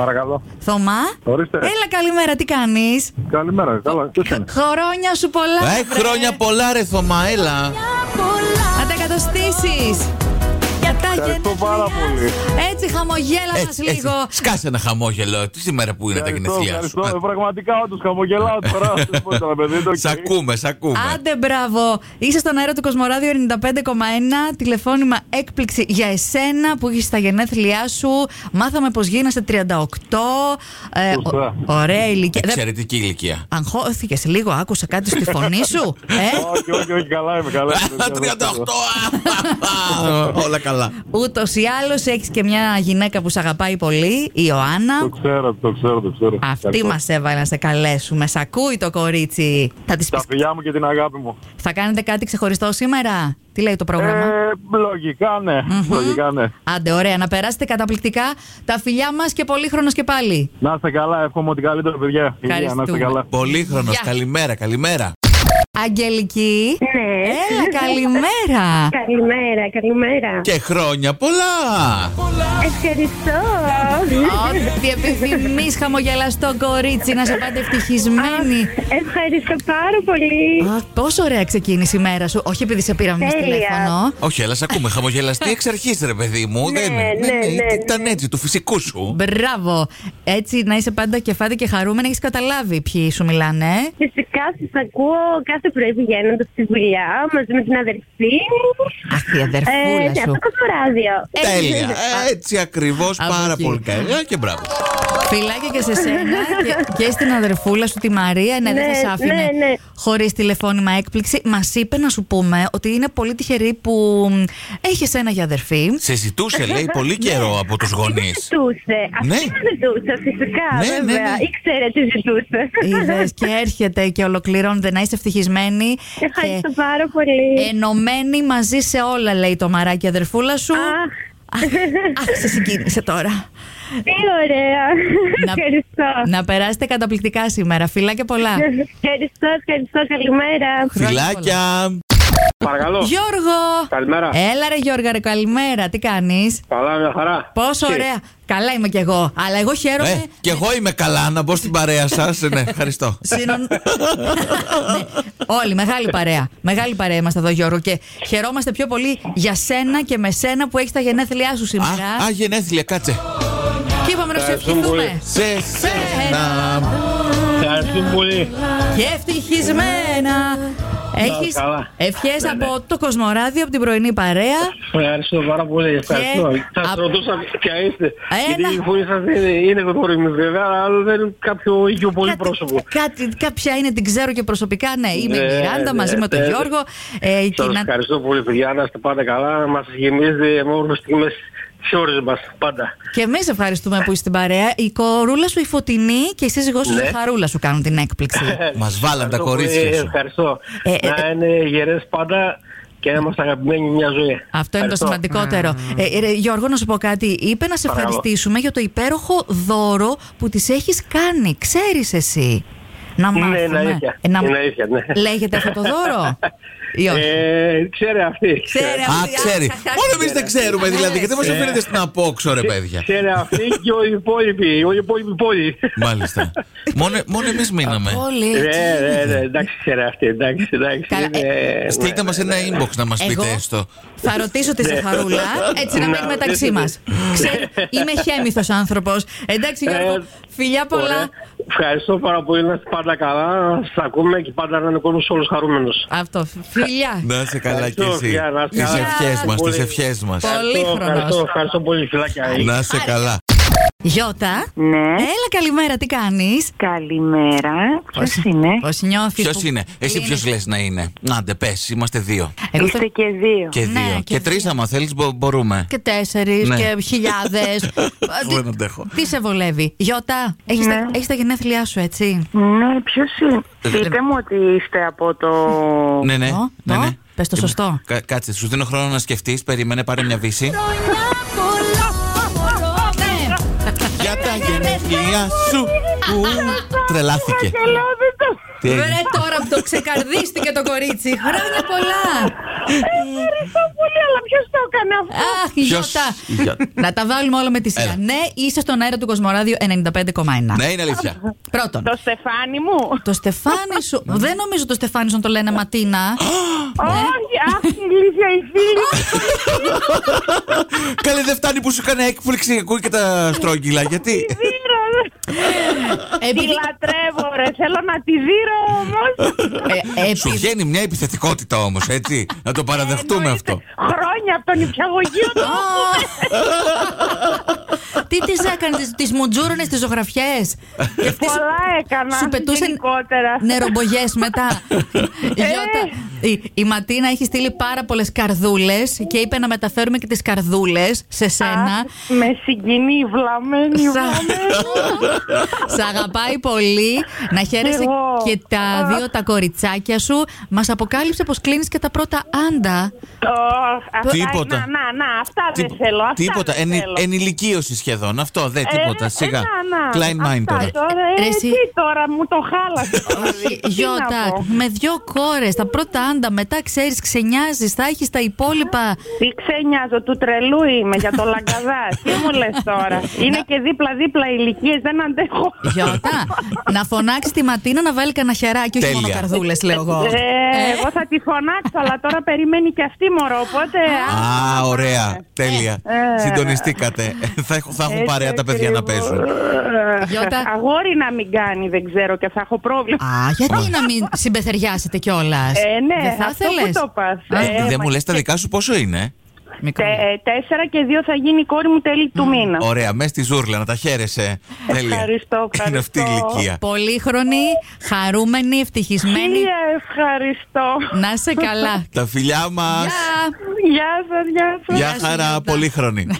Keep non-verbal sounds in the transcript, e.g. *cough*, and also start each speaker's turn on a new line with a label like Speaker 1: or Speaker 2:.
Speaker 1: Παρακαλώ.
Speaker 2: Θωμά.
Speaker 1: Ορίστε.
Speaker 2: Έλα, καλημέρα, τι κάνεις.
Speaker 1: Καλημέρα. Καλά. Ποιο είναι.
Speaker 2: Χρόνια σου πολλά.
Speaker 3: Ε,
Speaker 2: βρε.
Speaker 3: χρόνια πολλά ρε Θωμά, έλα.
Speaker 2: Να τα εκατοστήσει. Για τα
Speaker 1: Ευχαριστώ πάρα πολύ.
Speaker 2: γενέθλια. Έτσι, χαμογέλα μας
Speaker 3: Έτσι, έτσι.
Speaker 2: λίγο.
Speaker 3: Σκάσε ένα χαμόγελο. Τι σήμερα που είναι τα
Speaker 1: Ευχαριστώ,
Speaker 3: γενεθλιά σου.
Speaker 1: ευχαριστώ. Ε, Πραγματικά όντως χαμογελάω
Speaker 3: *laughs*
Speaker 1: τώρα. Δεν μπορούσα να παιδί, το
Speaker 3: Σ' ακούμε, σ' ακούμε.
Speaker 2: Άντε, μπράβο. Είσαι στον αέρα του Κοσμοράδιο 95,1. Τηλεφώνημα έκπληξη για εσένα που έχεις τα γενέθλιά σου. Μάθαμε πως γίνεσαι 38. Ε, ο-
Speaker 1: Σωστά.
Speaker 2: ωραία
Speaker 3: Ε,
Speaker 2: ηλικία. Δεν-
Speaker 3: Εξαιρετική ηλικία.
Speaker 2: Αγχώθηκες λίγο, άκουσα κάτι στη φωνή σου. Ε?
Speaker 1: Όχι, όχι, όχι, καλά είμαι. Καλά
Speaker 3: *laughs*
Speaker 1: είμαι.
Speaker 3: 38! Όλα καλά.
Speaker 2: Ούτως ή άλλως έχεις και μια γυναίκα που σε αγαπάει πολύ, η Ιωάννα.
Speaker 1: Το ξέρω, το ξέρω, το ξέρω.
Speaker 2: Αυτή
Speaker 1: Ευχαριστώ.
Speaker 2: μας έβαλε να σε καλέσουμε. Σ' ακούει το κορίτσι. Θα της
Speaker 1: Τα
Speaker 2: πεις-
Speaker 1: φιλιά μου και την αγάπη μου.
Speaker 2: Θα κάνετε κάτι ξεχωριστό σήμερα. Τι λέει το πρόγραμμα.
Speaker 1: Ε, λογικά ναι. Λογικά ναι.
Speaker 2: Άντε, ωραία, να περάσετε καταπληκτικά. Τα φιλιά μας και πολύχρονος και πάλι.
Speaker 1: Να είστε καλά, εύχομαι ότι καλύτερο, παιδιά. Υγεία, να είστε
Speaker 2: Ευχαριστούμε.
Speaker 1: καλά.
Speaker 3: Πολύχρονος,
Speaker 2: Γεια.
Speaker 3: καλημέρα, καλημέρα.
Speaker 2: Αγγελική.
Speaker 1: Ε.
Speaker 4: Ναι.
Speaker 2: Έλα, καλημέρα.
Speaker 4: Καλημέρα, καλημέρα.
Speaker 3: Και χρόνια πολλά!
Speaker 4: Ευχαριστώ.
Speaker 1: Ε.
Speaker 2: Ό,τι επιθυμείς, χαμογελαστό κορίτσι, να σε πάντα ευτυχισμένη.
Speaker 4: Ευχαριστώ πάρα
Speaker 1: Ε.
Speaker 4: πολύ.
Speaker 2: Α, Πόσο ωραία ξεκίνησε η μέρα σου. Όχι επειδή σε πήραμε εμείς
Speaker 4: Τέλεια.
Speaker 2: τηλέφωνο.
Speaker 3: Όχι, αλλά σ' ακούμε. Χαμογελαστή εξ αρχής, ρε παιδί μου.
Speaker 4: Ναι,
Speaker 3: Δεν-
Speaker 4: ναι, ναι,
Speaker 3: Ήταν έτσι, του φυσικού σου.
Speaker 2: Μπράβο. Έτσι να είσαι πάντα κεφάτη και χαρούμενη. Έχεις καταλάβει ποιοι σου μιλάνε. ε.
Speaker 4: Φυσικά σας ακούω κάθε πρωί πηγαίνοντας στη δουλειά μαζί με την αδερφή μου.
Speaker 2: Αχ, η αδερφούλα
Speaker 4: ναι,
Speaker 2: σου.
Speaker 4: από το κοσμοράδιο.
Speaker 3: Τέλεια. Έτσι ακριβώς,
Speaker 2: Ε, ναι, Από
Speaker 3: πάρα
Speaker 2: εκεί.
Speaker 3: πολύ καλά και μπράβο.
Speaker 2: Φιλάκια και σε σένα και, και στην αδερφούλα σου τη Μαρία. Ναι, δεν θα
Speaker 4: Ναι,
Speaker 2: σε άφηνε
Speaker 4: ναι, ναι.
Speaker 2: χωρίς τηλεφώνημα έκπληξη. Μας είπε να σου πούμε ότι είναι πολύ τυχερή που έχεις ένα για αδερφή.
Speaker 4: *laughs*
Speaker 3: Σε ζητούσε, λέει, πολύ καιρό από τους γονείς.
Speaker 4: Ζητούσε.
Speaker 3: Ναι.
Speaker 4: Αυτή δεν ζητούσε, φυσικά.
Speaker 3: Ναι, ναι, ναι.
Speaker 4: βέβαια. Ήξερε τι ζητούσε.
Speaker 2: Είδες, και έρχεται και ολοκληρώνεται να είσαι ευτυχισμένη.
Speaker 4: Ευχαριστώ
Speaker 2: και Ε,
Speaker 4: πάρα πολύ.
Speaker 2: ενωμένη μαζί σε όλα, λέει το μαράκι αδερφούλα σου.
Speaker 4: Αχ.
Speaker 2: Αχ, σε συγκίνησε τώρα.
Speaker 4: Τι ωραία. Ευχαριστώ.
Speaker 2: να περάσετε καταπληκτικά σήμερα. Φιλάκια πολλά.
Speaker 4: Ευχαριστώ, ευχαριστώ. Καλημέρα.
Speaker 3: Φιλάκια.
Speaker 5: Παρακαλώ.
Speaker 2: Γιώργο!
Speaker 5: Καλημέρα.
Speaker 2: Έλα ρε Γιώργα, ρε, καλημέρα. Τι κάνεις
Speaker 5: Καλά, μια χαρά.
Speaker 2: Πόσο
Speaker 5: Τι?
Speaker 2: ωραία. Καλά είμαι κι εγώ. Αλλά εγώ χαίρομαι.
Speaker 3: Ε, κι εγώ είμαι καλά να μπω στην παρέα
Speaker 5: *laughs*
Speaker 3: σας. Ναι, ευχαριστώ.
Speaker 2: Συνον...
Speaker 3: *laughs*
Speaker 2: Ναι, Όλοι, μεγάλη παρέα. Μεγάλη παρέα είμαστε εδώ, Γιώργο. Και χαιρόμαστε πιο πολύ για σένα και με σένα που έχεις τα γενέθλιά σου σήμερα.
Speaker 3: Α, α, γενέθλια, κάτσε.
Speaker 2: και είπαμε να σου ευχηθούμε.
Speaker 3: Σε σένα.
Speaker 5: Ευχαριστούμε πολύ.
Speaker 2: Και ευτυχισμένα. Έχεις
Speaker 5: καλά. Ναι,
Speaker 2: ευχέ από το Κοσμοράδιο, από την πρωινή παρέα.
Speaker 5: Ευχαριστώ πάρα πολύ. Ευχαριστώ.
Speaker 2: Και-
Speaker 5: Σας
Speaker 2: απ- Ε,
Speaker 5: ρωτούσα ποια είστε.
Speaker 2: Ένα.
Speaker 5: Γιατί η φωνή σας είναι, είναι γνώριμη βέβαια, αλλά δεν είναι κάποιο ίδιο πολύ
Speaker 2: Κάτι-
Speaker 5: πρόσωπο.
Speaker 2: Κάτι, κάποια είναι, την ξέρω και προσωπικά. Ναι, είμαι η
Speaker 5: Ναι,
Speaker 2: Μιράντα
Speaker 5: ναι,
Speaker 2: μαζί με τον
Speaker 5: ναι.
Speaker 2: Γιώργο. Ε,
Speaker 5: Σας
Speaker 2: κοινά-
Speaker 5: ευχαριστώ πολύ παιδιά, να είστε πάντα καλά, να μας γεμίζετε με όρους στιγμές τις ώρες μας πάντα.
Speaker 2: Και εμείς ευχαριστούμε που είσαι στην παρέα. Η κορούλα σου η φωτεινή και η σύζυγό σου
Speaker 5: Ναι.
Speaker 2: η χαρούλα σου κάνουν την έκπληξη.
Speaker 3: Μας βάλαν τα
Speaker 5: *laughs* Ευχαριστώ πολύ,
Speaker 3: κορίτσια σου.
Speaker 5: Ευχαριστώ.
Speaker 2: Ε, ε,
Speaker 5: Να είναι γερές πάντα και να είμαστε αγαπημένοι μια ζωή.
Speaker 2: Αυτό είναι το
Speaker 5: Ευχαριστώ.
Speaker 2: σημαντικότερο. Ε, ρε, Γιώργο, να σου πω κάτι. Είπε να σε
Speaker 5: Παρακαλώ.
Speaker 2: ευχαριστήσουμε για το υπέροχο δώρο που τη έχεις κάνει. Ξέρεις εσύ. Να
Speaker 5: Ναι,
Speaker 2: μάθουμε.
Speaker 5: είναι αλήθεια.
Speaker 2: Ε, να-
Speaker 5: Είναι αλήθεια, ναι.
Speaker 2: Λέγεται αυτό το
Speaker 5: *laughs*
Speaker 2: δώρο. Ή όχι.
Speaker 5: Ε, ξέρει αυτή.
Speaker 2: Ξέρει
Speaker 3: Α,
Speaker 2: αυτή-
Speaker 3: ξέρει.
Speaker 2: χα- χα-
Speaker 3: Μόνο εμείς δεν ξέρουμε δηλαδή, γιατί μας
Speaker 5: Ε.
Speaker 3: αφήνετε στην απόξω, ρε παιδιά. Ναι.
Speaker 5: Ξέρει αυτή και όλοι οι υπόλοιποι. Όλοι οι υπόλοιποι πόλοι.
Speaker 3: Μάλιστα. Μόνο, μόνο εμείς μείναμε.
Speaker 2: Όλοι.
Speaker 5: Ναι, ναι, ναι, εντάξει, ξέρει αυτή. Εντάξει, εντάξει.
Speaker 2: Καλά,
Speaker 5: είναι, ναι.
Speaker 3: Στείλτε μας ένα inbox να μας
Speaker 2: Εγώ
Speaker 3: πείτε στο.
Speaker 2: θα ρωτήσω τη Ζαχαρούλα, έτσι να
Speaker 5: Ναι. Να
Speaker 2: μείνει μεταξύ
Speaker 5: ρωτήσετε.
Speaker 2: μα. Είμαι χέμηθος άνθρωπος. Εντάξει, Γιώργο,
Speaker 5: Ε,
Speaker 2: φιλιά πολλά.
Speaker 5: Ωραία. Ευχαριστώ πάρα πολύ. Να είστε πάντα καλά. Σας ακούμε και πάντα να είναι ο κόσμος όλου χαρούμενος.
Speaker 2: Αυτό, φιλιά.
Speaker 3: Να είσαι καλά κι
Speaker 5: Ευχαριστώ,
Speaker 3: εσύ.
Speaker 5: Φιά, να είσαι
Speaker 3: Τις
Speaker 5: καλά.
Speaker 3: ευχές μας,
Speaker 5: Πολύ.
Speaker 3: τι ευχές μας.
Speaker 2: Πολύχρονος.
Speaker 5: Ευχαριστώ, ευχαριστώ πολύ. Φιλάκια.
Speaker 3: Να είσαι καλά.
Speaker 2: Γιώτα,
Speaker 6: Ναι,
Speaker 2: έλα καλημέρα, τι κάνεις.
Speaker 6: καλημέρα. Ποιος είναι,
Speaker 2: Πώς νιώθεις.
Speaker 3: Ποιος είναι, εσύ ποιος λες να είναι. Άντε, πες, είμαστε δύο.
Speaker 2: Εγώ
Speaker 6: είστε
Speaker 2: θα...
Speaker 6: και δύο.
Speaker 3: Και
Speaker 2: Ναι,
Speaker 3: δύο.
Speaker 2: και
Speaker 3: Και τρεις, άμα θέλεις, μπορούμε.
Speaker 2: και τέσσερις
Speaker 3: Ναι.
Speaker 2: και χιλιάδες.
Speaker 3: *laughs* Δεν αντέχω.
Speaker 2: Τι σε βολεύει. Γιώτα, έχεις
Speaker 6: Ναι.
Speaker 2: τα, έχεις τα γενέθλιά σου, έτσι.
Speaker 6: Ναι, ποιος είναι. Πείτε μου ότι είστε από το.
Speaker 3: Ναι, ναι.
Speaker 2: Το,
Speaker 3: ναι,
Speaker 2: το,
Speaker 3: ναι.
Speaker 2: πες το σωστό.
Speaker 3: Κα- κάτσε, σου δίνω χρόνο να σκεφτείς. Περίμενε, πάρε μια βύση.
Speaker 2: Ναι.
Speaker 3: Για τα γενέθλιά σου. Ου, Τρελάθηκε. Τι
Speaker 2: Βρε
Speaker 3: έγινε.
Speaker 2: τώρα που το ξεκαρδίστηκε το κορίτσι. Χρόνια πολλά.
Speaker 4: Ευχαριστώ πολύ, αλλά ποιος το έκανε αυτό.
Speaker 2: Αχ,
Speaker 3: Ποιος-
Speaker 2: Γιώτα.
Speaker 3: Γιώτα.
Speaker 2: Να τα βάλουμε όλα με τη σειρά.
Speaker 3: Έλα.
Speaker 2: Ναι, είσαι στον αέρα του Κοσμοράδιου 95,1.
Speaker 3: Ναι, είναι αλήθεια.
Speaker 2: Πρώτον.
Speaker 6: Το Στεφάνι μου.
Speaker 2: Το Στεφάνι σου. Δεν νομίζω το Στεφάνι σου να το λένε Ματίνα.
Speaker 4: Ναι. Όχι, αχ, η ηλίθεια η φίλη.
Speaker 3: Καλή δεν φτάνει που σου έκανε έκπληξη. Ακούει και τα στρόγγυλα. Γιατί.
Speaker 4: Δύρω. Τη
Speaker 2: Επειδή-
Speaker 4: λατρεύω, ρε. Θέλω να τη δύρω όμως.
Speaker 6: *laughs*
Speaker 2: Ε,
Speaker 3: Σου
Speaker 2: επειδή-
Speaker 3: βγαίνει μια επιθετικότητα όμως, έτσι. Να
Speaker 4: Ε,
Speaker 3: το παραδεχτούμε αυτό.
Speaker 4: Χρόνια από τον νηπιαγωγείο του.
Speaker 2: Α! Τι τη έκανε, τις μουτζούρωνε τις ζωγραφιές.
Speaker 4: Πολλά έκανα.
Speaker 2: Σου πετούσε
Speaker 4: γενικότερα. Ε!
Speaker 2: νερομπογιές μετά. Γιώτα, η, η Ματίνα έχει στείλει πάρα πολλές καρδούλες και είπε να μεταφέρουμε και τις καρδούλες σε σένα.
Speaker 4: Με συγκινεί η βλαμμένη
Speaker 2: Σα-
Speaker 4: βλαμμένη.
Speaker 2: Σ' αγαπάει πολύ. Να χαίρεσαι
Speaker 4: Εγώ.
Speaker 2: και τα δύο τα κοριτσάκια σου. Μας αποκάλυψε πως κλείνεις και τα πρώτα άντα.
Speaker 4: Ωχ, αυτά-
Speaker 3: Τίποτα.
Speaker 4: Να, να, να, αυτά δεν
Speaker 3: Τί-
Speaker 4: Ε, θέλω. αυτά
Speaker 3: Τίποτα.
Speaker 4: δεν
Speaker 3: Ενη-
Speaker 4: θέλω.
Speaker 3: ενηλικίωση σχεδόν. Αυτό δεν
Speaker 4: Ε,
Speaker 3: τίποτα.
Speaker 4: ε,
Speaker 3: Σιγά.
Speaker 4: να, να.
Speaker 3: Klein mind
Speaker 4: Αυτά
Speaker 3: τώρα.
Speaker 4: τώρα,
Speaker 2: Ε,
Speaker 4: ε,
Speaker 2: ρε, εσύ.
Speaker 4: τι τώρα, μου το χάλασε. το παιδί. Τι να
Speaker 2: Γιώτα,
Speaker 4: πω.
Speaker 2: με δύο κόρες, τα πρώτα άντα, μετά ξέρεις, ξενιάζεις, θα έχεις τα υπόλοιπα.
Speaker 4: Τι ξενιάζω, του τρελού είμαι για
Speaker 3: *laughs*
Speaker 4: το λαγκαδάς. Τι μου λες τώρα. Είναι και δίπλα-δίπλα ηλικίες, δεν αντέχω.
Speaker 2: Γιώτα, να φωνάξεις τη Ματίνα να βάλει κανένα χεράκι, όχι μόνο
Speaker 3: Τέλεια.
Speaker 2: καρδούλες, λέω εγώ.
Speaker 4: Ε, εγώ θα τη φωνάξω, αλλά τώρα περιμένει και αυτή μωρό, οπότε...
Speaker 3: Α, ωραία. Τέλεια.
Speaker 4: Ε.
Speaker 3: Συντονιστήκατε. Θα έχω- θα έχουν παρέα τα παιδιά να παίζουν.
Speaker 4: Ε,
Speaker 2: Γιώτα.
Speaker 4: Αγόρι να μην κάνει, δεν ξέρω και θα έχω πρόβλημα.
Speaker 2: Α, γιατί να μην συμπεθεριάσετε κιόλας.
Speaker 4: Ε, ναι,
Speaker 2: δεν θα
Speaker 4: αυτό που
Speaker 2: ήθελες?
Speaker 4: το
Speaker 2: Α,
Speaker 4: πας. Ε,
Speaker 3: Δεν
Speaker 4: μα-
Speaker 3: μου λες τα δικά σου πόσο είναι.
Speaker 2: μικρό.
Speaker 4: Τε- ε, Τέσσερα και δύο θα γίνει η κόρη μου τέλη του μήνα.
Speaker 3: Ωραία, μες στη ζούρλα να τα χαίρεσαι. Τέλεια.
Speaker 4: Ευχαριστώ,
Speaker 3: Είναι αυτή η
Speaker 4: ευχαριστώ.
Speaker 3: ηλικία.
Speaker 2: Πολύχρονη, χαρούμενη, ευτυχισμένη.
Speaker 4: Τι ευχαριστώ.
Speaker 2: Να σε καλά.
Speaker 3: Τα φιλιά μας.
Speaker 2: Γεια.
Speaker 4: Γεια σας, γεια σας.
Speaker 3: Γεια
Speaker 2: σου,
Speaker 3: χαρά,
Speaker 2: Γιώτα.
Speaker 3: πολύχρονη.